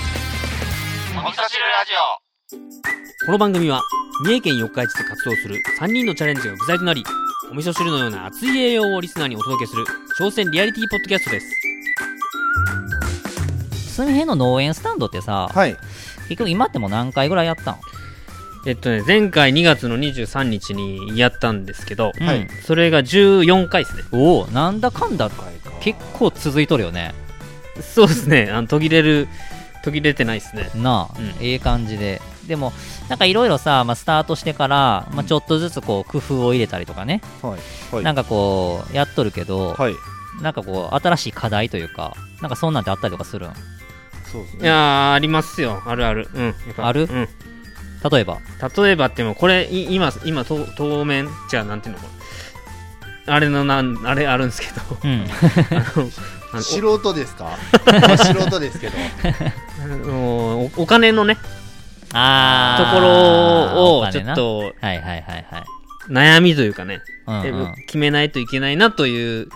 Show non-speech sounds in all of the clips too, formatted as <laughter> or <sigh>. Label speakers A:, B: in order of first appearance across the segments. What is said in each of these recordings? A: 味噌汁ラジオ
B: この番組は三重県四日市で活動する3人のチャレンジが具材となりお味噌汁のような熱い栄養をリスナーにお届けする挑戦リアリティポッドキャストです
C: その辺の農園スタンドってさ、
D: はい。
C: 結局今ってもう何回ぐらいやったん
B: えっとね前回2月の23日にやったんですけど、
D: はい
C: うん
B: それが14回ですね
C: おおなんだかんだ結構続いとるよね
B: そうですねあの途切れる途切れてないですね
C: なあ、
B: うん
C: ええ感じででもなんかいろいろさ、まあ、スタートしてから、まあ、ちょっとずつこう工夫を入れたりとかね、
D: はい。はい。
C: なんかこうやっとるけど、
D: はい。
C: なんかこう新しい課題というかなんかそんなんってあったりとかするん
D: そうです
B: い
D: ね。
B: やーありますよあるあるうんやっぱ
C: ある
B: うん
C: 例えば
B: 例えばってもこれい今今と当面じゃあなんていうのこれあれのなんあれあるんですけど
C: <laughs> うん
B: あの
D: 素人ですか素人ですけど。
B: あのおお金のねと
C: あー
B: ころ
C: お
B: をち
C: 金
B: ょっ
C: な
B: と
C: はいはいはいはい
B: 悩みというかね、
C: うんうん
B: 決めないといけないなという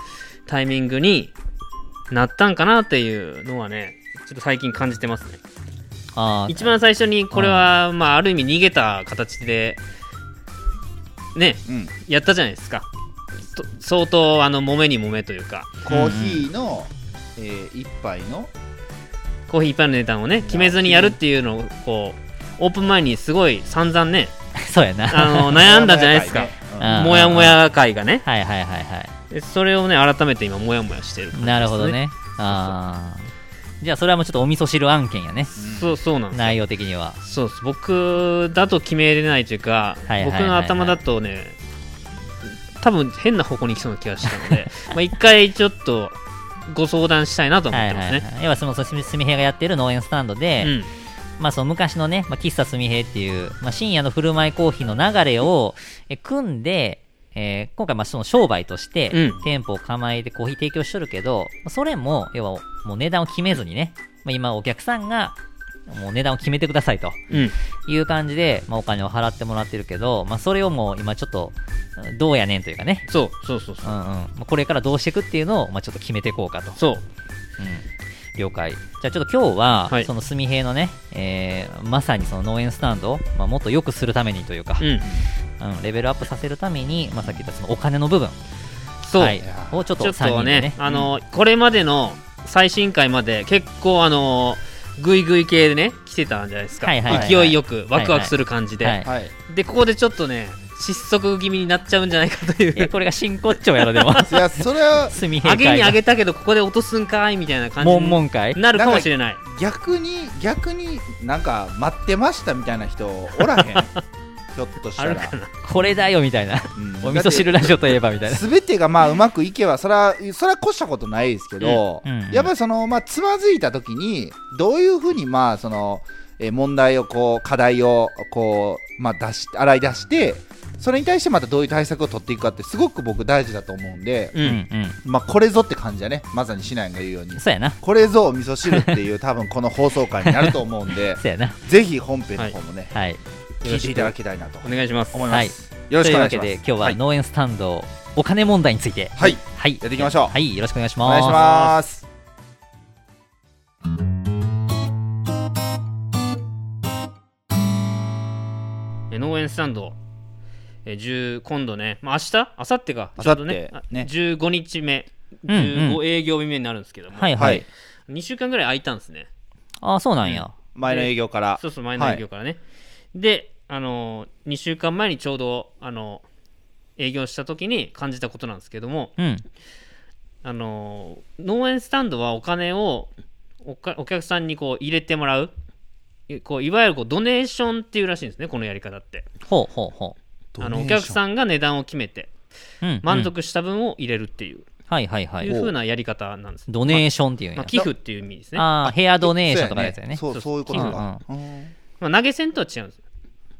B: タイミングになったんかなっていうのはねちょっと最近感じてますね
C: あー
B: 一番最初にこれは、まあある意味逃げた形でね
D: うん。
B: やったじゃないですかと相当あの揉めに揉めというか
D: コーヒーの、えー一杯の、
B: コーヒー一杯の値段をね決めずにやるっていうのをこうオープン前にすごい散々ね
C: <laughs> そうやな
B: あの悩んだじゃないですか
D: ね
C: うん
B: もやもや会がね
C: はいはいはいはい
B: でそれをね改めて今もやもやしてる感じです
C: なるほどね。ああ。じゃあ、それはもうちょっとお味噌汁案件やね。
B: そうそうなんです
C: 内容的には。
B: そうです僕だと決めれないというか、
C: はいはいはいはい
B: 僕の頭だとね多分変な方向に行きそうな気がしたの
C: <laughs>
B: でまあ一回ちょっとご相談したいなと思
C: は
B: っ
C: い
B: てます
C: はい
B: ね
C: はい。要は、その、すみすみへいがやってる農園スタンドで、
B: うん
C: まあ、その昔のね、まあ、喫茶すみへいっていう、まあ、深夜の振る舞いコーヒーの流れを、え、組んで、えー今回、まあ、その商売として、
B: うん
C: 店舗を構えてコーヒー提供しとるけど、それも、要は、もう値段を決めずにね、まあ、今、お客さんが、もう値段を決めてくださいと。
B: うん
C: いう感じで、まあ、お金を払ってもらってるけど、まあ、それをもう今ちょっと、うんどうやねんというかね、
B: そうそうそうそう
C: うんうんまあ、これからどうしていくっていうのを、まあ、ちょっと決めていこうかと、
B: そう
C: うん、了解じゃあちょっと今日は、
B: はい
C: そのすみへいのね、えーまさにその農園スタンドを、まあ、もっと良くするためにというか、
B: うん
C: うんレベルアップさせるために、まあ、さっき言ったそのお金の部分、
B: そう、
C: はい
D: や、ー
C: をちょっと
B: ちょ
C: 3
B: っと
C: 人
B: ね
C: でね
B: あのこれまでの最新回まで結構あのグイグイ系でね来てたんじゃないですか、
C: はいはいはい
B: 勢いよくワクワクする感じで、
C: はい
D: はい。
B: でここでちょっとね失速気味になっちゃうんじゃないかとい
C: いや
B: う
C: これが真骨頂やろで
B: <laughs>
C: も
D: いや、それは
C: すみへい
B: 上
C: 会
B: げに上
C: が
B: げたけどここで落とすんかいみたいな感じ
C: もんも
B: に
C: ん会
B: なるかもしれない
D: 逆に、逆になんか待ってましたみたいな人おらへ
B: <laughs>
D: ん。ひょっとした
B: あ
D: ら。
B: るかな
C: これだよみたいな
D: うん
C: お味噌汁ラジオといえばみたいな
D: すべてがまあうまくいけばそらそら越したことないですけど、
C: うんうん
D: やっぱりそのまあつまずいた時にどういうふうにまあそのえー問題をこう課題をこうまあ出し洗い出してそれに対してまたどういう対策を取っていくかってすごく僕大事だと思うんで、
B: う
C: うん
B: ん
D: まあこれぞって感じだねまさにシナンが言うように
C: うんそうやな
D: これぞお味噌汁っていう多分この放送回になると思う
C: <laughs>
D: んで
C: そうやな
D: ぜひ本編の方もね、
C: はい
D: 聞いていただきたいなと
B: お願いします
D: 思います、よろしくお願いします
C: というわけで今日は
D: はい、
C: 農園スタンド、お金問題について
D: はい
C: はい
D: やっていきましょう
C: はいよろしくお願いし
D: お
C: ます
D: 願いします
B: え農園スタンドえ10今度ね、まあ、明日明後日か
D: 明後日
B: ちょうどねあ
D: ね
B: 15日目
C: うんうん
B: 15営業日目になるんですけども、
C: はいはい、
D: はい
B: 2週間ぐらい空いたんですね
C: ああそうなんや、
D: 前の営業から
B: そうそう前の営業からね、であの2週間前にちょうどあの営業した時に感じたことなんですけども
C: うん
B: あの農園スタンドはお金をおかお客さんにこう入れてもらういこういわゆるこうドネーションっていうらしいんですねこのやり方って
C: ほうほうほ
B: あのお客
D: ん
B: さんが値段を決めて
C: う、うん、
B: 満
C: うん
B: 足した分を入れるっていう,、、
C: はいはいはいいう
B: 風なやり方なんです、
C: ドネーションっていうん
B: ま
C: や、
B: あ、寄付っていう意味ですね
C: ああヘアドネーションとかのやつやね
D: そうそういうことか、
B: まあ、投げ銭とは違うんです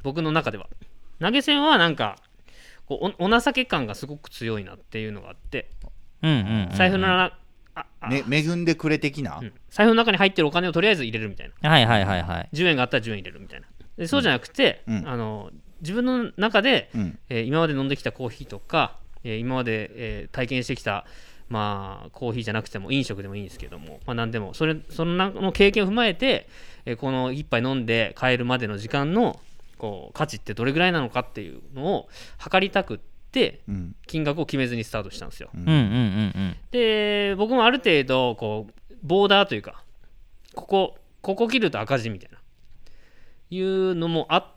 B: 僕の中では投げ銭はなんかこうおお情け感がすごく強いなっていうのがあって
C: うんうんうんうん
B: 財布のなああ
D: ね、恵んでくれ的な、
B: うん財布の中に入ってるお金をとりあえず入れるみたいな
C: はいはいはいはい
B: 10円があったら10円入れるみたいなでそうじゃなくて、
D: うん
B: あの自分の中で、
D: うん
B: えー今まで飲んできたコーヒーとかえー今まで、えー体験してきた、まあ、コーヒーじゃなくても飲食でもいいんですけども、まあ、何でもそれその中の経験を踏まえて、えーこの一杯飲んで帰るまでの時間のこう価値ってどれぐらいなのかっていうのを測りたくって
D: うん
B: 金額を決めずにスタートしたんですよ。
C: うんうんうん
B: で僕もある程度こうボーダーというかここここ切ると赤字みたいないうのもあ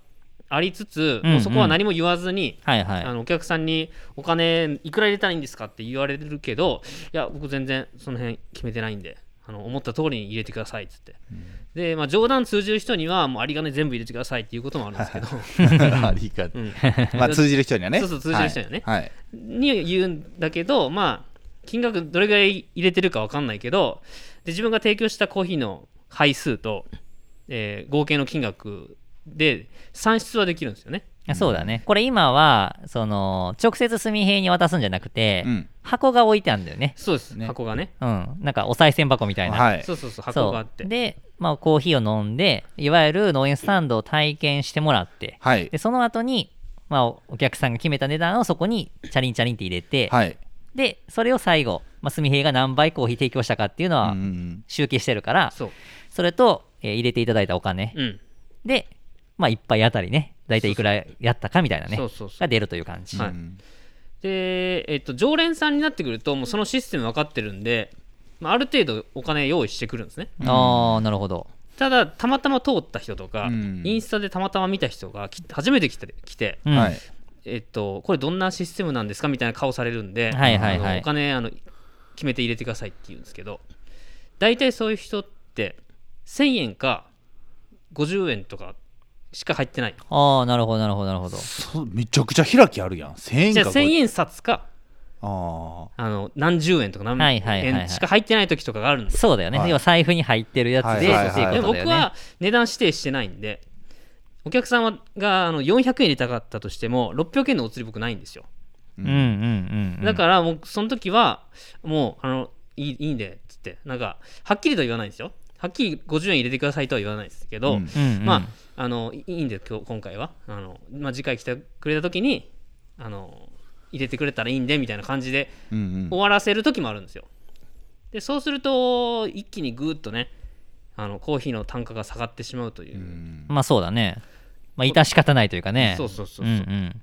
B: ありつつ、
C: うんうん
B: もうそこは何も言わずに、
C: はいはい
B: あのお客さんにお金いくら入れたらいいんですかって言われるけどいや僕全然その辺決めてないんであの思った通りに入れてくださいっつって、で、まあ、冗談通じる人にはもう有り金全部入れてくださいっていうこともあるんです
C: <laughs>
B: けど、
D: <laughs> ありがと
B: う
D: うんまあ通じる人にはね
B: そうそう通じる人にはね
D: はいはい
B: に言うんだけどまあ金額どれぐらい入れてるか分かんないけどで自分が提供したコーヒーの杯数と、えー合計の金額で算出はできるんですよね
C: あそうだねこれ今はその直接炭平に渡すんじゃなくて、
D: うん
C: 箱が置いてあるんだよね
B: そうです、
D: ね
B: 箱がね、
C: うんなんかお賽銭箱みたいな、
D: はい
B: そうそうそう
C: そう
B: 箱があって
C: で、まあ、コーヒーを飲んでいわゆる農園スタンドを体験してもらって
D: はい
C: でその後にまあ、おお客さんが決めた値段をそこにチャリンチャリンって入れて、
D: はい
C: でそれを最後、まあ、炭平が何倍コーヒー提供したかっていうの
D: う
C: は
D: んうん
C: 集計してるから、
B: そう
C: それと、えー入れていただいたお金、
B: うん
C: で、まあ、一杯あたりね、大体いくらやったかみたいなね
B: そう、そうそう
C: が出るという感じ。
B: は
D: う
B: い
D: ん
B: で、えっと、常連さんになってくるともうそのシステム分かってるんで、まあ、ある程度お金用意してくるんですね
C: ああ、なるほど。
B: ただたまたま通った人とか、
D: うん
B: インスタでたまたま見た人がき初めて来て来て、
C: うん
D: はい
B: えっと、これどんなシステムなんですかみたいな顔されるんで、
C: はいはいは
B: あ
C: い
B: のお金あの決めて入れてくださいって言うんですけど大体そういう人って1000円か50円とかしか入ってない
C: ああ、なるほど、なるほど、なるほど。
D: そうめちゃくちゃ開きあるやん1000円
B: じ
D: か
B: ゃあ
D: これ
B: 1000円札か
D: あ
B: あの何十円とか
C: は
B: 何
C: いはいはいはい
B: 円しか入ってない時とかがあるんです、
C: そうだよね。
D: はい
C: 要は財布に入ってるやつ
D: はい
C: で、
D: はいはい
C: っていうことだよ
B: で僕
C: ね
B: は。値段指定してないんでお客様があの400円入れたかったとしても600円のお釣り僕ないんですよ
C: うんうんうんうん。
B: だからもうその時はもうあのいいいいんでっつってなんかはっきりとは言わないんですよはっきり50円入れてくださいとは言わないですけど、
D: うん
C: うんうん、
B: まああのいいいんで今日今回はあの、まあ、次回来てくれた時にあの入れてくれたらいいんでみたいな感じで
D: ーうん
B: 終わらせる時もあるんですよでそうすると一気にぐーっとねあのコーヒーの単価が下がってしまうという、
D: うん
C: まあそうだね。まあ、致し方ないというかね。
B: そうそうそうそう、
C: うんうん。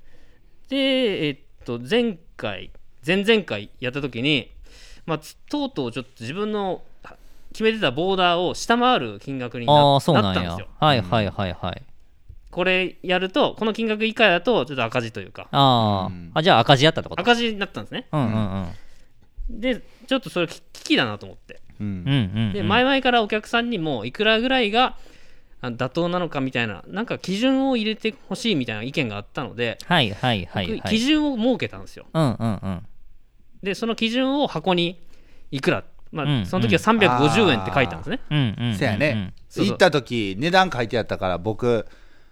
B: で、えっと、前回、前々回やった時に、まあ、つとうとうちょっと自分のは決めてたボーダーを下回る金額に
C: あ
B: な
C: あ、そう
B: な
C: な
B: ったん
C: ん
B: です
C: や
B: よ。。
C: はいはいはいはい。
B: これやると、この金額以下だと、ちょっと赤字というか、
C: あ
D: うん
C: あ、あ、じゃあ赤字やったってこと
B: 赤字になったんですね。
C: うんうんうん。
B: で、ちょっとそれき危機だなと思って。
D: うん
C: うんうんうん。
B: で、前々からお客さんにも、いくらぐらいがあ妥当なのかみたいな、なんか基準を入れてほしいみたいな意見があったので、
C: はいはいはいは
B: 基
C: い。
B: 準を設けたんですよ。
C: うんうんうん。
B: でその基準を箱にいくら、まあ
C: うん
B: その時は350円って書いたんですね、
C: うんうんうんうん。
D: せやね、
B: そうそう
D: 行った時値段書いてあったから僕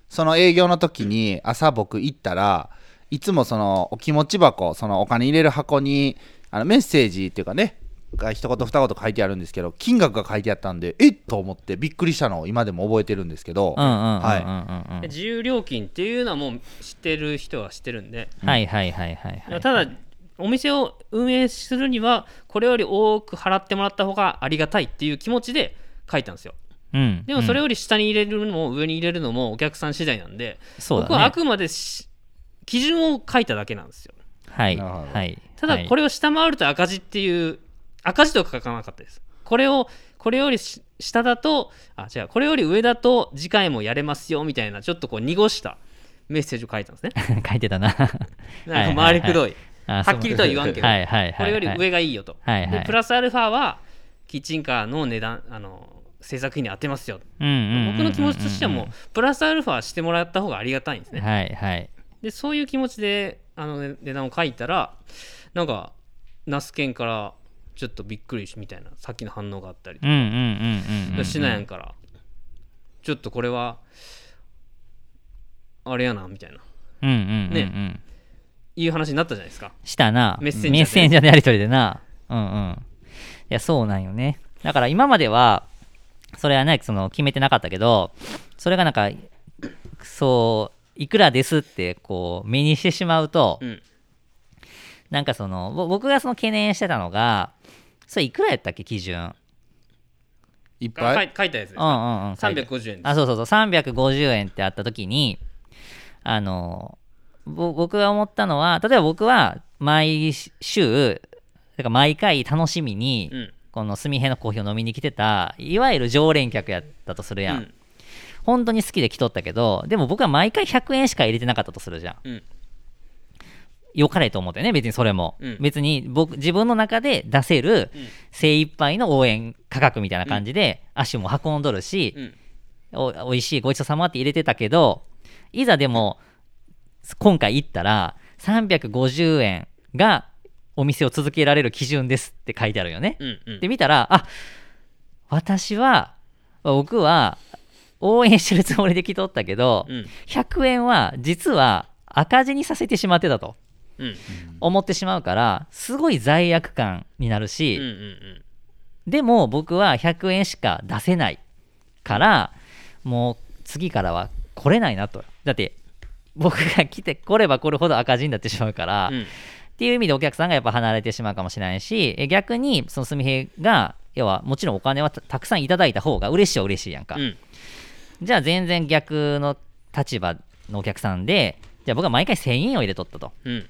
D: その営業の時に朝僕行ったらいつもそのお気持ち箱そのお金入れる箱にあのメッセージっていうかねが一言二言書いてあるんですけど金額が書いてあったんでえっと思ってびっくりしたのを今でも覚えてるんですけど、
C: うんうんうんうんうんうん。
B: で自由料金っていうのはもう知ってる人は知ってるんで、
C: はいはいはいはいはい。
B: ただお店を運営するにはこれより多く払ってもらった方がありがたいっていう気持ちで書いたんですよ
C: うん、
B: でもそれ
C: を、
B: より下に入れるのも上に入れるのもお客さん次第なんで、
C: そうだね
B: 僕はあくまでし基準を書いただけなんですよ
C: はい
D: なるほど
C: はい。
B: ただこ
C: れ、
B: れを下回ると赤字っていう赤字とは書かなかったですこれをこれよりし下だとあ違うこれより上だと次回もやれますよみたいなちょっとこう濁したメッセージを書いたんですね
C: <laughs> 書いてた
B: <laughs>
C: な。
B: なんか回りくどい
C: は
B: はっきりとは言わんけど、
C: はいはいはい。
B: これより上がいいよと、
C: はいはい
B: でプラスアルファはキッチンカーの値段あの制作費に当てますよ
C: うんうんうんうんうん、
B: 僕の気持ちとしてはもうプラスアルファしてもらった方がありがたいんですね
C: はいはい。
B: でそういう気持ちであのね値段を書いたらなんかナスケンからちょっとびっくりしみたいなさっきの反応があったり
C: うんうんうんうんうん。
B: シナヤンからちょっとこれはあれやなみたいな
C: うんうんうん、うん。
B: ねいう話になったじゃないですか
C: したな。
B: メッセンジャーで
C: メッセンジャーのやりとりでな。うんうん。いや、そうなんよね。だから今までは、それはね、その、決めてなかったけど、それがなんか、そう、いくらですって、こう、目にしてしまうと、
B: うん
C: なんかその、ぼ僕がその懸念してたのが、それいくらやったっけ、基準。
D: いっ
B: か
D: ぱ
B: 書
D: い
B: い書いたやつです
C: うんうんうん。
B: 350円です
C: あ、そうそうそう、350円ってあった時に、あの、ぼ僕が思ったのは、例えば僕は毎週、てか毎回楽しみに、
B: うん
C: この炭平のコーヒーを飲みに来てた、いわゆる常連客やったとする
B: う
C: やん。
B: ん
C: 本当に好きで来とったけど、でも僕は毎回100円しか入れてなかったとするじゃん。
B: うん
C: 良かれと思ってね、別にそれも。
B: うん
C: 別に僕、自分の中で出せる
B: うん
C: 精一杯の応援価格みたいな感じで、足も運んどるし、
B: うん
C: お美味しいごちそうさまって入れてたけどいざでも今回行ったら350円がお店を続けられる基準ですって書いてあるよね。
B: うんうん
C: で見たらあ私は僕は応援してるつもりで来とったけど、
B: うん
C: 100円は実は赤字にさせてしまってたと
B: うん
C: 思ってしまうからすごい罪悪感になるし、
B: うんうん
C: でも僕は100円しか出せないからもう次からは来れないなとだって僕が来て来れば来るほど赤字になってしまうから、
B: う
C: っ
B: ん
C: ていう意味でお客さんがやっぱ離れてしまうかもしれないしえ逆にそのすみへが要はもちろんお金はたたくさんいただいた方が嬉しいは嬉しいやんか、
B: うん
C: じゃあ全然逆の立場のお客さんでじゃあ僕は毎回1000円を入れとったと
B: うん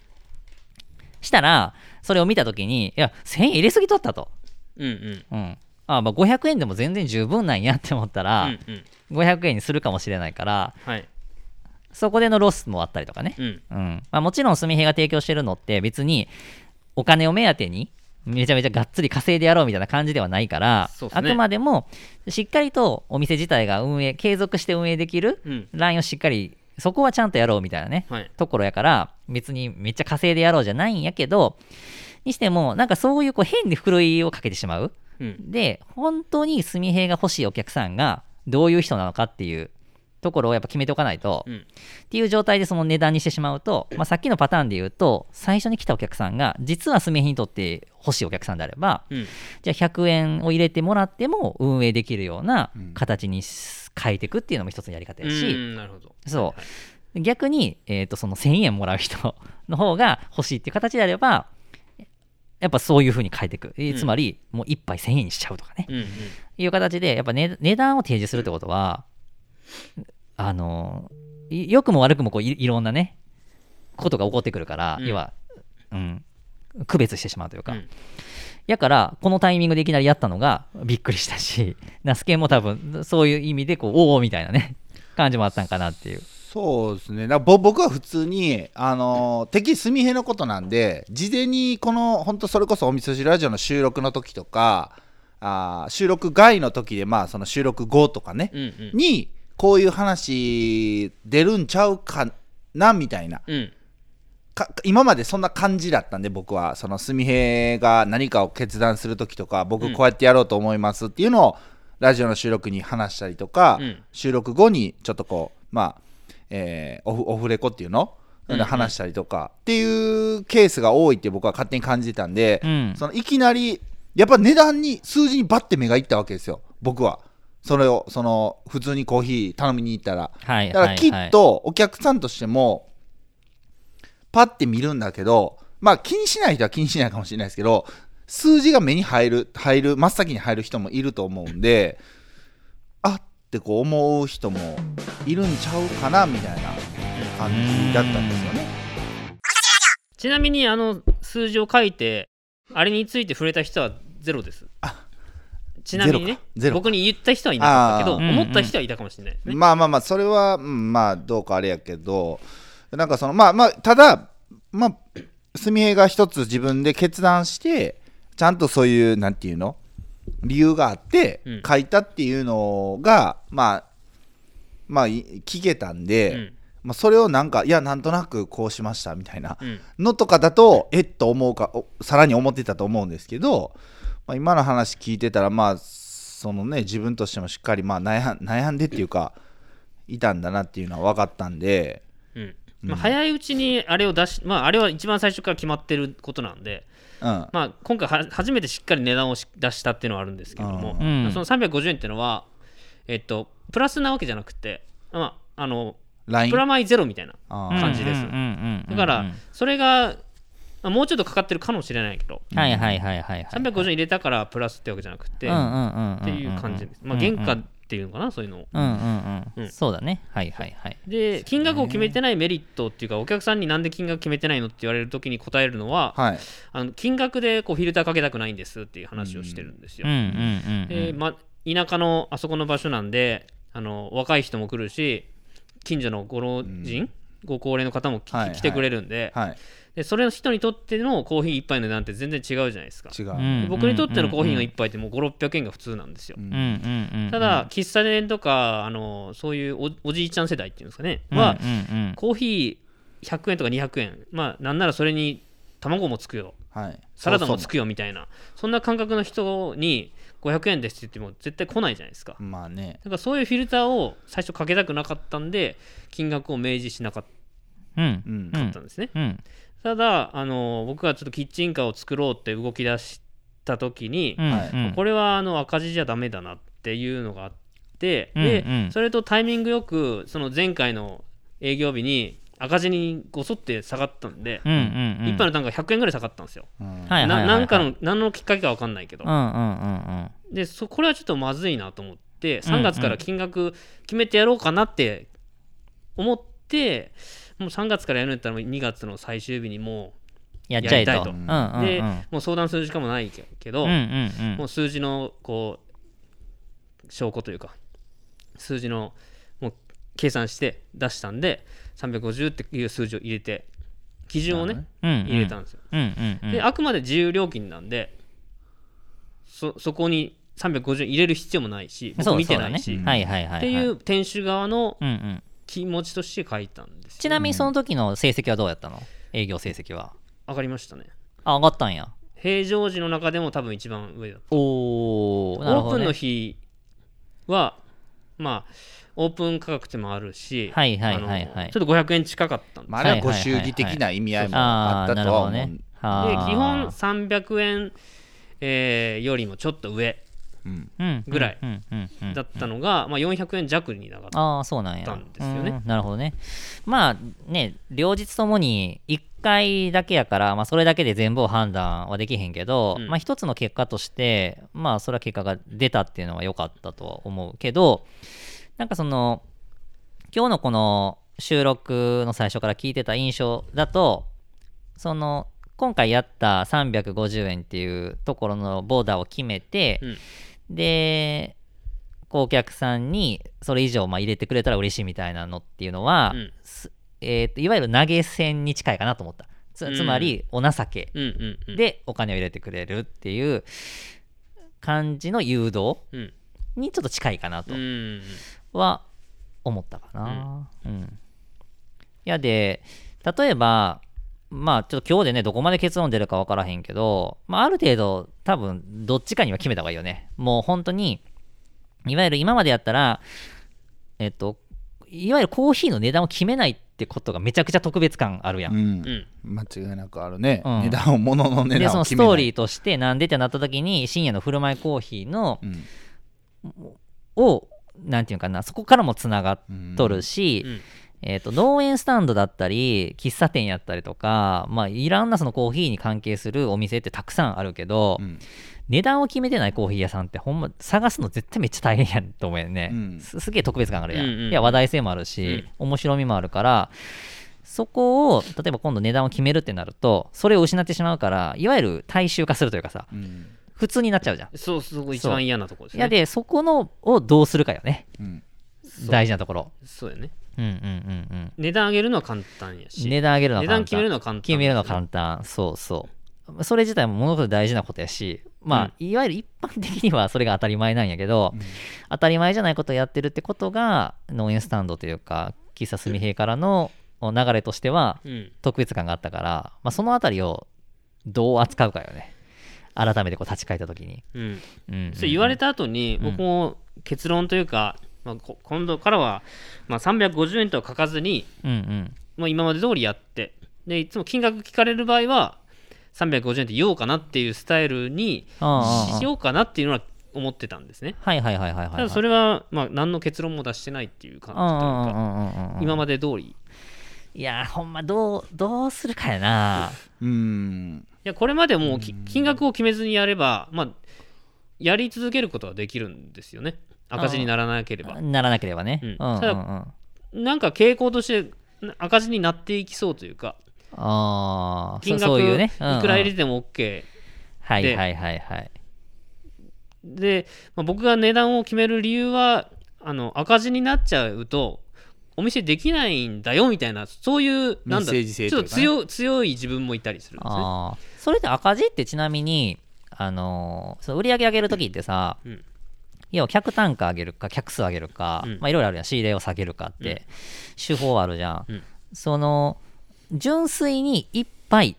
C: したらそれを見た時にいや1000円入れすぎとったと
B: うんうん
C: うん、あまあ500円でも全然十分なんやって思ったら、
B: うんうん
C: 500円にするかもしれないから
B: はい
C: そこでのロスもあったりとかね、
B: うん
C: うんまあ、もちろんすみへが提供してるのって別にお金を目当てにめちゃめちゃがっつり稼いでやろうみたいな感じではないから、
B: そうっす
C: あ
B: ね
C: くまでもしっかりとお店自体が運営継続して運営できる
B: うん
C: ラインをしっかりそこはちゃんとやろうみたいなね、
B: はい
C: ところやから別にめっちゃ稼いでやろうじゃないんやけどにしてもなんかそういうこう変でふるいをかけてしまう
B: うん
C: で本当に炭平が欲しいお客さんがどういう人なのかっていうところをやっぱ決めておかないと、
B: うん
C: っていう状態でその値段にしてしまうと、まあ、さっきのパターンで言うと最初に来たお客さんが実は炭平にとって欲しいお客さんであれば
B: うん
C: じゃあ100円を入れてもらっても運営できるような
D: うん
C: 形にし変えていくっていうのも一つのやり方や
B: う
C: し、
B: んなるほど
C: そ
B: はいう
C: 逆に、えー、とその1000円もらう人 <laughs> の方が欲しいっていう形であればやっぱそういうふうに変えていく、えー
B: うん
C: つまりもう1杯1000円にしちゃうとかね
B: うんうん
C: いう形で、やっぱ、ね、値段を提示するってことは、あの、い良くも悪くもこういいろんなね、ことが起こってくるから、
B: うん
C: 要は、うん、区別してしまうというか。
B: うん
C: やから、このタイミングでいきなりやったのがびっくりしたし、 <laughs> ナスケンも多分、そういう意味で、こう、おおみたいなね、感じもあったんかなっていう。
D: そうですねだからぼ僕は普通に、あのー敵すみへのことなんで事前にこの本当それこそおみそ汁ラジオの収録の時とかあー収録外の時でまあその収録後とかね、
B: うんうん
D: にこういう話出るんちゃうかなみたいな
B: うん
D: か今までそんな感じだったんで僕はそのすみへが何かを決断する時とか
B: う
D: 僕
B: ん
D: こうやってやろうと思いますっていうのをラジオの収録に話したりとか、
B: うん
D: 収録後にちょっとこうまあ、えーオフオフレコっていうの
B: うんうん
D: 話したりとかっていうケースが多いって僕は勝手に感じてたんで、
C: うん。
D: そのいきなりやっぱ値段に数字にバッて目がいったわけですよ僕はそれをその普通にコーヒー頼みに行ったら
C: はい。
D: だからき
C: はい
D: っ、とお客さんとしてもパッて見るんだけどまあ気にしない人は気にしないかもしれないですけど数字が目に入る入る真っ先に入る人もいると思うんで <laughs> あってこう思う人もいるんちゃうかなみたいな感じだったんですよね。
B: ちなみにあの数字を書いてあれについて触れた人はゼロですちなみにね
D: ゼロかゼロか
B: 僕に言った人はいなかったけど
D: あ
C: ー
B: 思った人はいたかもしれないですね
D: まあまあまあそれは、うん、まあどうかあれやけどなんかそのまあまあただまあ純平が一つ自分で決断してちゃんとそういうなんていうの理由があって
B: うん
D: 書いたっていうのが、まあまあい聞けたんで、
B: うん
D: まあ、それをなんかいやなんとなくこうしましたみたいな
B: うん
D: のとかだとえっと思うかおさらに思ってたと思うんですけど、まあ、今の話聞いてたらまあそのね自分としてもしっかりまあ悩ん悩んでっていうかいたんだなっていうのは分かったんで
B: うんまあ、早いうちにあれを出し、まあ、あれは一番最初から決まってることなんで、
D: うん
B: まあ、今回は初めてしっかり値段をし出したっていうのはあるんですけども、
D: うん
B: その350円っていうのは、えっと、プラスなわけじゃなくて、まあ、あの
D: LINE
B: プラマイゼロみたいな
D: あ
C: うん
D: ー
B: 感じです
C: うんうんうんうんう
B: だ
C: ん
B: から、それがまあもうちょっとかかってるかもしれないけど、
C: はいはいはいはいはい。
B: 350円入れたからプラスってわけじゃなくて、
C: っ
B: っていう感じです。まあ、原価っていうのかな、そういうのを。
C: うんうん
B: う
C: う。
B: んん
C: そうだね。はいはいはい。
B: で、金額を決めてないメリットっていうか、お客さんになんで金額決めてないのって言われるときに答えるのは、
D: はい
B: あの金額でこうフィルターかけたくないんですっていう話をしてるんです
C: う
B: よ
C: ん。うんうんう
B: で、
C: ん。
B: ま、田舎のあそこの場所なんであの若い人も来るし近所のご老人、ご高齢の方もき、
D: はいはい
B: 来てくれるんで,、
D: はい
B: でそれの人にとってのコーヒー一杯の値段って全然違うじゃないですか、
D: 違う、
C: うん
B: 僕にとってのコーヒーの一杯ってもう5600円が普通なんですよ、
D: うん
C: うんうんうん。
B: ただ喫茶店とかあのそういうおおじいちゃん世代っていうんですかね
C: うん、
B: は、
C: うんうん
B: コーヒー100円とか200円まあなんならそれに卵もつくよ
D: はい、
B: サラダもつくよみたいなそんな感覚の人に500円ですって言っても絶対来ないじゃないですか
D: そうそうまあね
B: だからそういうフィルターを最初かけたくなかったんで金額を明示しなかっ
C: うん
D: うん
C: う
B: たん
C: ん
B: ですね、
C: うん
B: ただあの僕がちょっとキッチンカーを作ろうって動き出した時に、
C: うん
D: はい
C: うん
B: これはあの赤字じゃダメだなっていうのがあって、
C: うんうん
B: でそれとタイミングよくその前回の営業日に赤字にごそって下がったんで、
C: うんうんうん
B: 一杯の単価が100円ぐらい下がったんですよ、
D: うん
C: はいはいはいはい
B: ななんかの何のきっかけか分かんないけど、
C: うんうんうん
B: でそこれはちょっとまずいなと思って
C: うんうん
B: 3月から金額決めてやろうかなって思って、もう3月からやるんだったらもう2月の最終日にも
C: やっちゃえ
B: やりたい
C: と。
B: と
C: うん
B: う,、
C: うん
B: で
C: うん
B: もう相談する時間もないけけど、
C: うんうんう
B: も
C: ん
B: う数字のこう証拠というか数字のもう計算して出したんで350っていう数字を入れて基準をね
C: うんうん
B: 入れたんですよ、
C: うんうんうん
B: であくまで自由料金なんでそそこに350円入れる必要もないし
C: そ
B: 僕
C: う
B: 見てないし、
C: そうだねはいはいはいはい
B: っていう店主側の
C: うんうん
B: 気持ちとして書いたんです
C: ち
B: よ
C: なみにその時の成績はどうやったの営業成績は
B: 上がりましたね
C: あ上がったんや
B: 平常時の中でも多分一番上だった
C: おおなる
B: オー
C: ほ
B: プ
C: ど
B: ン
C: ね
B: の日はまあオープン価格でもあるし、
C: はいはいはいはい
B: あのちょっと500円近かったんで
D: まあ、あれは
C: はい
D: ご
C: はいはいはい
D: 祝儀的な意味合いもあ
C: あ
D: っ
C: あ
D: た
C: な
D: と
C: る
D: は
C: ほ
D: 思
C: ど
D: う、
B: で
C: ね
B: 基本
C: はあ
B: 300円、えーよりもちょっと上
D: うん
C: うん
B: ぐらい
C: うんうんうんうん
B: だったのが、まあ、400円弱に上がった
C: ああそうなんや
B: たんですよね
C: うんなるほどねまあね両日ともに1回だけやから、まあ、それだけで全部を判断はできへんけど、
B: うん
C: まあ一つの結果としてまあそれは結果が出たっていうのは良かったとは思うけどなんかその今日のこの収録の最初から聞いてた印象だとその今回やった350円っていうところのボーダーを決めて、でこうお客さんにそれ以上まあ入れてくれたら嬉しいみたいなのっていうのは、
B: うん
C: すえーといわゆる投げ銭に近いかなと思ったつつまりお情け
B: うんうんうん
C: でお金を入れてくれるっていう感じの誘導
B: うん
C: にちょっと近いかなと
B: うんうん
C: は思ったかな。うんいやで例えばまあちょっと今日でねどこまで結論出るか分からへんけど、まあ、ある程度多分どっちかには決めた方がいいよね。もう本当にいわゆる今までやったらえっといわゆるコーヒーの値段を決めないってことがめちゃくちゃ特別感あるやん
D: う。ん
B: うん
D: 間違いなくあるね、
C: うん
D: 値段を物の値
C: でそ
D: 段を
C: のス
D: 決め
C: ト
D: な
C: ー
D: い
C: リーとしてなんでってなった時に深夜の振る舞いコーヒーの
D: うん
C: をなんていうかなそこからもつながっ
D: うん
C: とるし、
B: うん
C: えー、と農園スタンドだったり喫茶店やったりとか、まあ、いろんなそのコーヒーに関係するお店ってたくさんあるけど、
D: うん
C: 値段を決めてないコーヒー屋さんってほんま探すの絶対めっちゃ大変やんと思うよね、
D: うん
C: すすげえ特別感あるやん、
B: うんうん
C: いや話題性もあるし、面白みもあるからそこを例えば今度値段を決めるってなるとそれを失ってしまうからいわゆる大衆化するというかさ
D: うん
C: 普通になっちゃうじゃん、
B: そうそこ一番嫌なところです
C: い
B: ね
C: やでそこのをどうするかよね
D: うん
B: そう
C: 大事なところ
B: そうやね
C: うんうんうんうん
B: 値段上げるのは簡単やし
C: 値段上げるのは
B: 値
C: 簡単
B: 段決めるのは簡単
C: 決めるのは簡単そうそうそれ自体もものすごく大事なことやしまあ、いわゆる一般的にはそれが当たり前なんやけど、当たり前じゃないことをやってるってことが農園スタンドというか喫茶すみ平からの流れとしては
B: うん
C: 特別感があったから、まあ、そのあたりをどう扱うかよね改めてこう立ち返った時に、
B: うん
C: うんうんうん
B: それ言われた後に
C: うん
B: 僕も結論というか、まあ、こ今度からは、まあ、350円とは書かずに
C: うんうん
B: もう今まで通りやってでいつも金額聞かれる場合は350円って言おうかなっていうスタイルに
C: ああああ
B: しようかなっていうのは思ってたんですね
C: はいはいはいはいはいはい
B: ただそれはまあ何の結論も出してないっていう感じというか
C: うんうんうんうんうん
B: 今まで通り
C: いやーほんまどうどうするかやな
D: うん
B: いやこれまでもうき金額を決めずにやれば、まあ、やり続けることはできるんですよね赤字にならなければ
C: ならなければね、
B: うん
C: うんうん
B: ただ
C: うん
B: なんか傾向としてな赤字になっていきそうというか
C: あ
B: 金
C: ーそそ
B: 額
C: ういう
B: い
C: ね、
B: くら入れても OK
C: はい
B: で
C: はいはいはい
B: で、まあ、僕が値段を決める理由はあの赤字になっちゃうとお店できないんだよみたいなそういうなんだ
E: メッセージ性
B: ち
E: と
B: ょ
E: い
B: っ
E: う
B: と
E: かね
B: 強強い自分もいたりするんですね。
C: あーそれって赤字ってちなみに、あのーその売り上げ上げるときってさ、
B: うん
C: 要は客単価上げるか客数上げるか、
B: うん
C: まあ、いろいろあるやん仕入れを下げるかって、手法あるじゃん、
B: うん
C: その純粋に一杯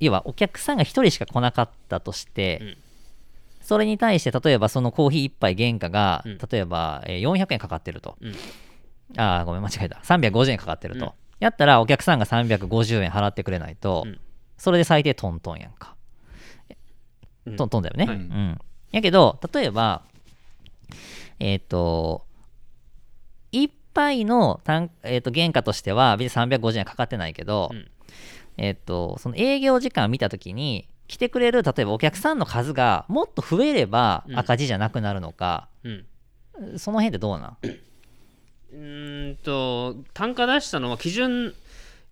C: 要はお客さんが1人しか来なかったとして、
B: うん
C: それに対して例えばそのコーヒー1杯原価が、
B: うん
C: 例えばえー400円かかってると、
B: うん
C: ああごめん間違えた350円かかってると、
B: うん
C: やったらお客さんが350円払ってくれないと、
B: うん
C: それで最低トントンやんか、
B: うん
C: トントンだよね、
B: はい
C: うんやけど例えばえっ、と一杯の単、えー、と原価としては別に350円かかってないけど、
B: うん
C: えっ、とその営業時間見た時に来てくれる例えばお客さんの数がもっと増えれば
B: うん
C: 赤字じゃなくなるのか、
B: うん
C: その辺ってどうなん
B: うーんと単価出したのは基準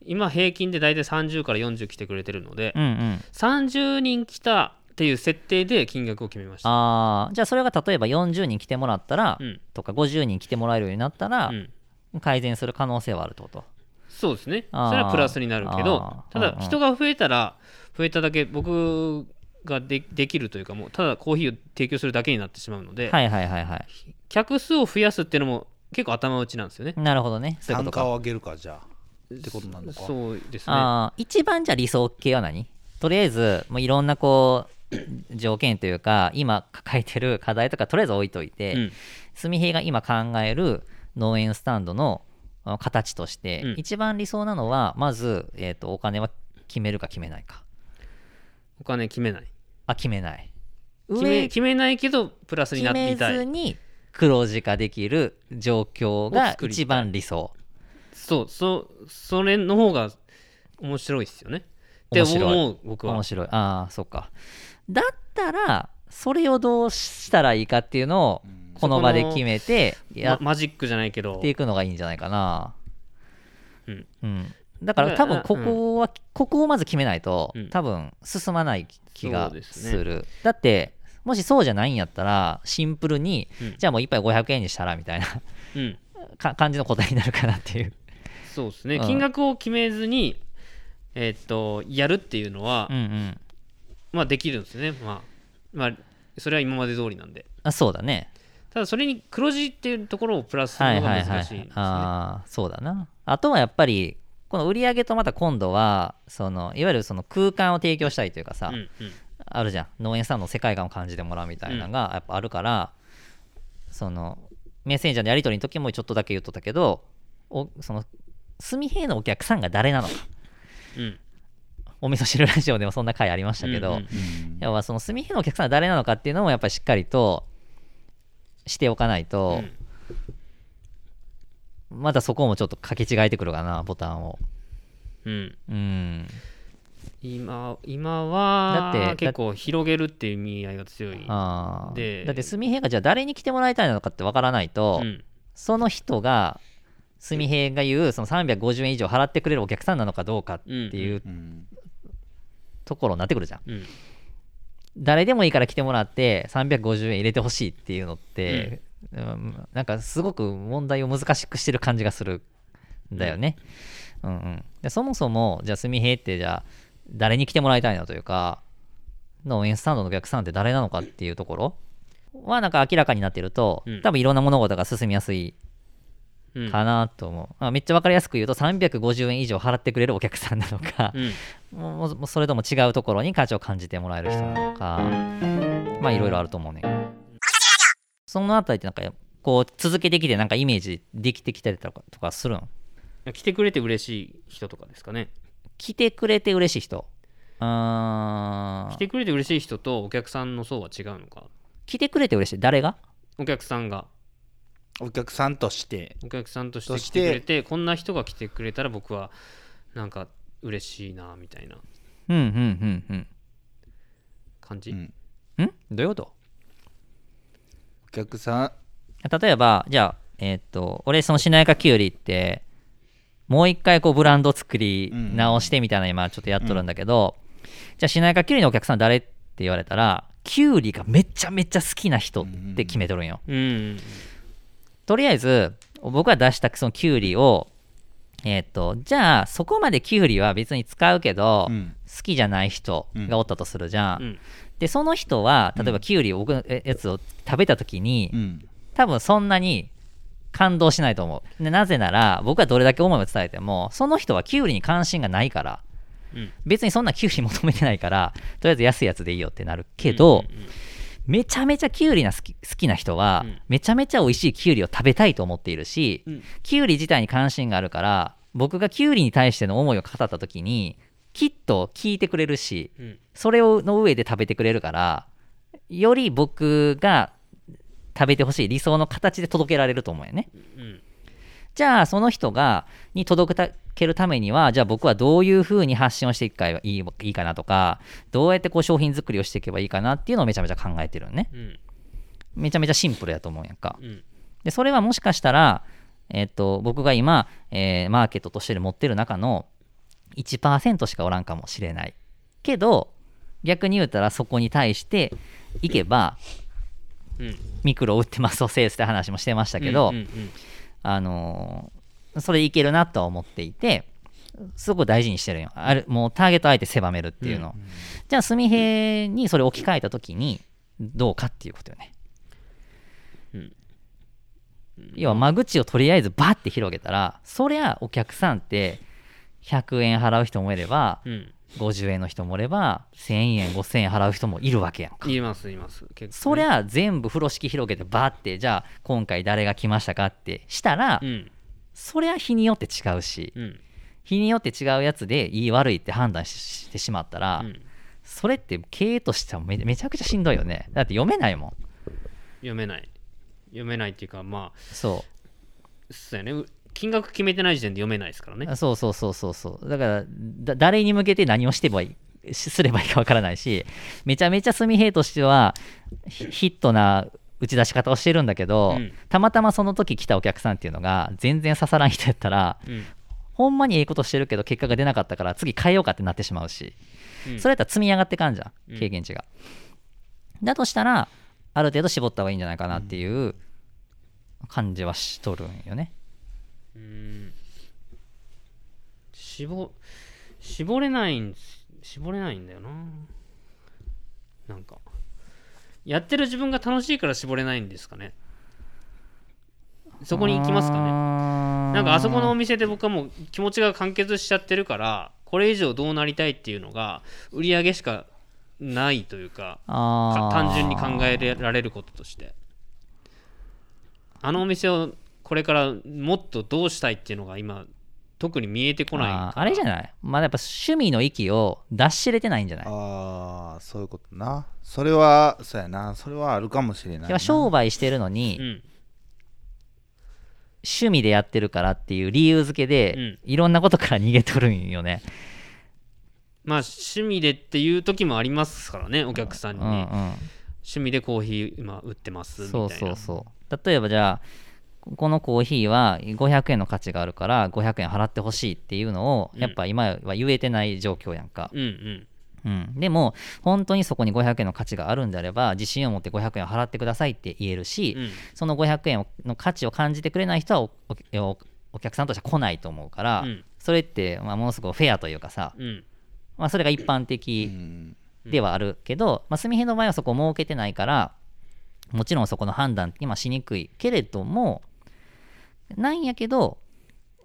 B: 今平均で大体30から40来てくれてるので、
C: うんうん
B: 30人来たっていう設定で金額を決めました。
C: あーじゃあそれが例えば40人来てもらったら、
B: うん
C: とか50人来てもらえるようになったら
B: う、ん
C: 改善する可能性はあるってこと
B: そうですね。
C: あー
B: それはプラスになるけど
C: あ、ー
B: ただ
C: うんうん
B: 人が増えたら、増えただけ僕がでできるというか、もうただコーヒーを提供するだけになってしまうので、
C: はいはいはいはい
B: 客数を増やすっていうのも結構頭打ちなんですよね。
C: なるほどねそういうこと
E: 単
C: か
E: 価を上げるかじゃあってことなのか
B: そうですね。
C: あー一番じゃあ理想系は何とりあえずもういろんなこう条件というか今抱えてる課題とかとりあえず置いといて、
B: うん
C: すみへいが今考える農園スタンドのあ形として、
B: うん
C: 一番理想なのはまず、えー、とお金は決めるか決めないか
B: お金決めない。
C: あ決めない
B: 決
C: 上
B: め決めないけど、プラスにな
C: 決
B: ってい
C: め
B: た
C: ず
B: い。
C: に黒字化できる状況が
B: を作りたい
C: 一番理想
B: そう、そう、それの方が面白いですよね。って
C: 面白い
B: 思う、僕は
C: 面。白いああそっかだったらそれをどうしたらいいかっていうのをこの場で決めてや
B: ま
C: っ
B: マジックじゃないけど
C: て、いくのがいいんじゃないかな
B: うん
C: うんだから
B: だ
C: 多
B: から
C: 分ここは、ここをまず決めないと、
B: うん
C: 多分進まない気
B: そ
C: が
B: うです
C: す
B: ね
C: るだってもしそうじゃないんやったらシンプルに、
B: うん
C: じゃあもう一杯500円にしたらみたいな <laughs>
B: うん、
C: か感じの答えになるかなっていう
B: そうですね、
C: うん
B: 金額を決めずに、えーっとやるっていうのは、
C: うんうん
B: まあ、できるんですよね、まあまあ、それは今まで通りなんで
C: あそうだね
B: ただそれに黒字っていうところをプラスす
C: は
B: る
C: い
B: のが
C: はいは
B: 難しいんです
C: い
B: ね、
C: ああそうだなあとはやっぱりこの売り上げとまた今度はそのいわゆるその空間を提供したいというかさ、
B: うんうん
C: あるじゃん農園さんの世界観を感じてもらうみたいなのがやっぱあるから、そのメッセンジャーのやり取りの時もちょっとだけ言っとったけどおその住平のお客さんが誰なのか
B: うん
C: お味噌汁ラジオでもそんな回ありましたけ
B: う
C: ど、
B: んうん
C: 要はその住平のお客さんが誰なのかっていうのもやっぱりしっかりとしておかないと、またそこもちょっと掛け違えてくるかなボタンを
B: うん
C: うん
B: 今今は
C: だって
B: 結構広げるっていう意味合いが強い
C: あ
B: で
C: ーだって住平がじゃあ誰に来てもらいたいのかってわからないと、
B: うん
C: その人が住平が言うその350円以上払ってくれるお客さんなのかどうかっていう
D: うん
C: ところになってくるじゃん、
B: うん
C: 誰でもいいから来てもらって350円入れてほしいっていうのって、うんなんかすごく問題を難しくしてる感じがするんだよね、うんうん、でそもそもじゃあ住平ってじゃあ誰に来てもらいたいのというか農園スタンドのお客さんって誰なのかっていうところはなんか明らかになってると、
B: うん
C: 多分いろんな物事が進みやすい
B: うん
C: かなと思う、あめっちゃ分かりやすく言うと350円以上払ってくれるお客さんなのか、
B: うん
C: もうもうそれとも違うところに価値を感じてもらえる人なのかまあいろいろあると思うねんけどそのあたりってなんかこう続けてきてなんかイメージできてきたりとかとかするの
B: 来てくれて嬉しい人とかですかね
C: 来てくれて嬉しい人うーん
B: 来てくれて嬉しい人とお客さんの層は違うのか
C: 来てくれて嬉しい誰が
B: お客さんが
E: お客さんとして
B: お客さんとして
E: と
B: 来
E: して
B: てくれてこんな人が来てくれたら僕はなんか嬉しいなみたいな
C: うんうんうん
B: 感じ、
D: うん
C: うんんどういうこと
D: お客さん
C: 例えばじゃあえーっと俺そのしなやかきゅうりってもう一回こうブランド作り直してみたいな今ちょっとやっとるんだけど、じゃあしなやかきゅうりのお客さん誰って言われたらきゅうりがめちゃめちゃ好きな人って決めとるんよ、
B: うん
C: とりあえず僕が出したそのきゅうりをえーっとじゃあそこまできゅうりは別に使うけど、
D: うん
C: 好きじゃない人がおったとするじゃん、
B: うん
C: でその人は例えばきゅうりを僕のえやつを食べた時に、
D: うん
C: 多分そんなに感動しないと思うでなぜなら僕はどれだけ思いを伝えてもその人はキュウリに関心がないから、
B: うん
C: 別にそんなキュウリ求めてないからとりあえず安いやつでいいよってなるけど、
B: うんうんうん
C: めちゃめちゃキュウリが好き好きな人は、
B: うん
C: めちゃめちゃ美味しいキュウリを食べたいと思っているし、
B: うん
C: キュウリ自体に関心があるから僕がキュウリに対しての思いを語った時にきっと聞いてくれるし
B: うん
C: それをの上で食べてくれるからより僕が食べてほしい理想の形で届けられると思うよね
B: うん
C: じゃあその人がに届けるためにはじゃあ僕はどういうふうに発信をしていくかいいいいかなとかどうやってこう商品作りをしていけばいいかなっていうのをめちゃめちゃ考えてるよね
B: うん
C: めちゃめちゃシンプルやと思うんやんか
B: うん
C: でそれはもしかしたら、えっと僕が今、えーマーケットとして持ってる中の1%しかおらんかもしれないけど逆に言うたらそこに対していけば
B: うん
C: ミクロを売ってますをセールスって話もしてましたけど、
B: うんうん
C: あのーそれいけるなとは思っていてすごく大事にしてるよあるもうターゲットあえて狭めるっていうの、じゃあ純平にそれ置き換えた時にどうかっていうことよね、
B: うん
C: 要は間口をとりあえずバッて広げたらそりゃお客さんって100円払う人もいれば
B: うんうん
C: 50円の人もいれば1000円5000円払う人もいるわけやんか
B: 言います言います結構ね、
C: そりゃ全部風呂敷広げてバッてじゃあ今回誰が来ましたかってしたら、
B: うん
C: そりゃ日によって違うし、
B: うん
C: 日によって違うやつでいい悪いって判断ししてしまったら、
B: うん
C: それって経営としてはめめちゃくちゃしんどいよねだって読めないもん
B: 読めない読めないっていうかまあ
C: そ
B: そうやねう金額決めてない時点で読めないですからね
C: うそうそうそうそうそうだからだ誰に向けて何をしてばいいしすればいいかわからないしめちゃめちゃ純平としてはヒヒットな打ち出し方をしてるんだけど、
B: うん
C: たまたまその時来たお客さんっていうのが全然刺さらん人やったら
B: うん
C: ほんまにええことしてるけど結果が出なかったから次変えようかってなってしまうし、
B: うん
C: それやったら積み上がってかんじゃ
B: うん
C: ん経験値が、だとしたらある程度絞った方がいいんじゃないかなっていう感じはしとるんよね
B: うーん絞絞れないんです絞れないんだよななんかやってる自分が楽しいから絞れないんですかねそこに行きますかね
C: ね
B: なんかあそこのお店で僕はもう気持ちが完結しちゃってるからこれ以上どうなりたいっていうのが売り上げしかないというかか単純に考えられることとしてあのお店をこれからもっとどうしたいっていうのが今特に見えてこない
C: あーあれじゃないまあやっぱ趣味の域を出し知れてないんじゃないやっ
E: ああそういうことなそれはそうやなそれはあるかもしれないな
C: ぱ商売してるのに、
B: うん
C: 趣味でやってるからっていう理由付けで、
B: う
C: いろんなことから逃げとるんよね、
B: まあ趣味でっていう時もありますからねお客さんに、
C: うんうん、
B: 趣味でコーヒー今売ってますみたい
C: そ
B: な
C: うそうそう例えばじゃあここのコーヒーは500円の価値があるから500円払ってほしいっていうのを
B: うん
C: やっぱ今は言えてない状況やんか、
B: うんうん
C: うん、でも本当にそこに500円の価値があるんであれば自信を持って500円払ってくださいって言えるし、
B: うん
C: その500円をの価値を感じてくれない人はおおおお客さんとしては来ないと思うから、
B: うん
C: それってまあものすごくフェアというかさ、
B: うん
C: まあ、それが一般的
E: うん
C: ではあるけど、まあ、純平の場合はそこを設けてないからもちろんそこの判断って今しにくいけれどもなんやけど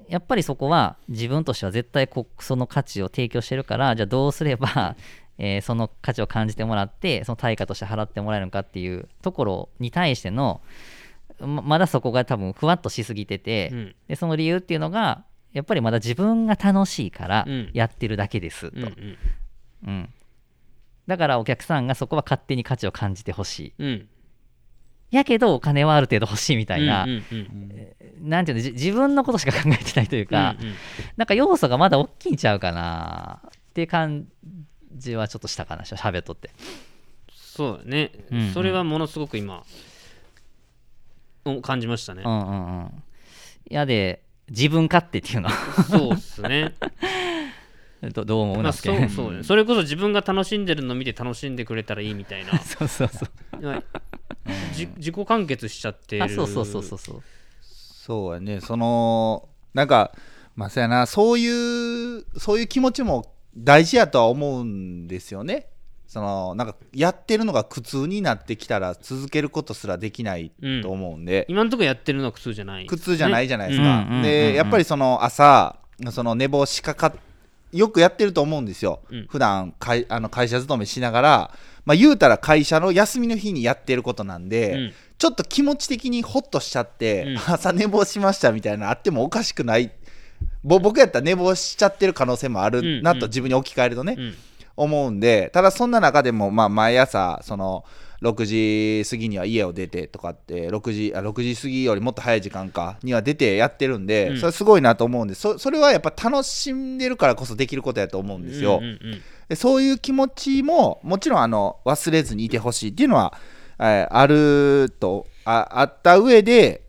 C: やっぱりそこは自分としては絶対こその価値を提供してるからじゃあどうすれば、 <laughs> えーその価値を感じてもらってその対価として払ってもらえるのかっていうところに対してのままだそこが多分ふわっとしすぎてて、
B: うん
C: でその理由っていうのがやっぱりまだ自分が楽しいから
B: うん
C: やってるだけです、
B: うん
C: と
B: うん
C: うん、だからお客さんがそこは勝手に価値を感じてほしいっ
B: うん
C: やけどお金はある程度欲しいみたいな、
B: うんうんうん
C: なんていうのじ自分のことしか考えてないというか、
B: うんうん
C: なんか要素がまだ大きいんちゃうかなっていう感じはちょっとしたかなしゃべっとって
B: そうだね、
C: うんうん
B: それはものすごく今お感じましたね、
C: うんうんうんいやで自分勝手っていうのは <laughs>
B: そうっすね
C: どどう思う
B: ま
C: な
B: あ
C: すけ
B: そ
C: ど
B: うそうねそれこそ自分が楽しんでるの見て楽しんでくれたらいいみたいな
C: そうそうそう
B: まあじ自己完結しちゃってる
C: あそうそうそうそうそう
D: そうやねそのなんかまあそうやなそういうそういう気持ちも大事やとは思うんですよねそのなんかやってるのが苦痛になってきたら続けることすらできないと思うんで、
B: 今のところやってるのは苦痛じゃない
D: 苦痛じゃない
B: ね
D: じゃないですか、
C: うんうんうんうん
D: でやっぱりその朝その寝坊しかかっよくやってると思うんですよ、
B: うん
D: 普段かいあの会社勤めしながら、まあ、言うたら会社の休みの日にやってることなんで、
B: うん
D: ちょっと気持ち的にホッとしちゃって、
B: うん
D: <laughs> 朝寝坊しましたみたいなのあってもおかしくないぼ僕やったら寝坊しちゃってる可能性もあるな
B: うんう
D: と
B: ん
D: 自分に置き換えるとね、
B: うん
D: 思うんでただそんな中でもまあ毎朝その6時過ぎには家を出てとかって6時あ6時過ぎよりもっと早い時間かには出てやってるんで、
B: うん
D: それすごいなと思うんでそそれはやっぱ楽しんでるからこそできることやと思うんですよ、
B: うんうんうん
D: でそういう気持ちももちろんあの忘れずにいてほしいっていうのは、えーあるとああった上で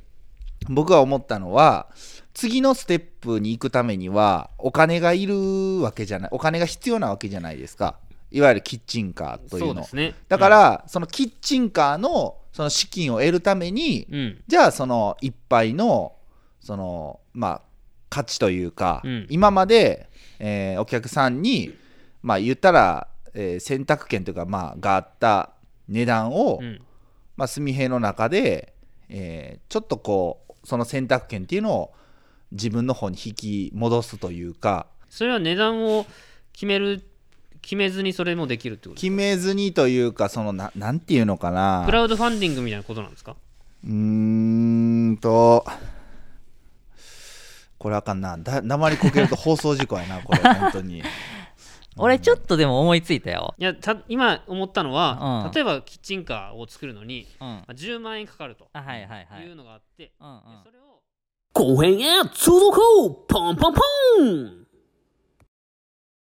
D: 僕が思ったのは次のステップに行くためにはお金がいるわけじゃないお金が必要なわけじゃないですかいわゆるキッチンカーとい
B: そううで
D: の
B: すね
D: だから、そのキッチンカーのその資金を得るために、
B: うんうん
D: じゃあその一杯のそのまあ価値というか、
B: うん
D: 今まで、えーお客さんにまあ言ったら、えー選択権というかまあがあった値段を、
B: うん
D: まあ、純平の中で、えーちょっとこうその選択権っていうのを自分の方に引き戻すというか
B: それは値段を決める決めずにそれもできるってこと
D: 決めずにというかそのななんていうのかな
B: クラウドファンディングみたいなことなんですか
D: うーんと、これあかんな。だ鉛こけると放送事故やな、これ、本当に。
C: 俺ちょっとでも思いついたよ、
B: いやた今思ったのは、
C: うん
B: 例えばキッチンカーを作るのに
C: うん、あ
B: まあ10万円かかると
C: はいはいはい
B: いうのがあって、
C: うんうん
B: でそれを
F: 後編へ続くポンポンポン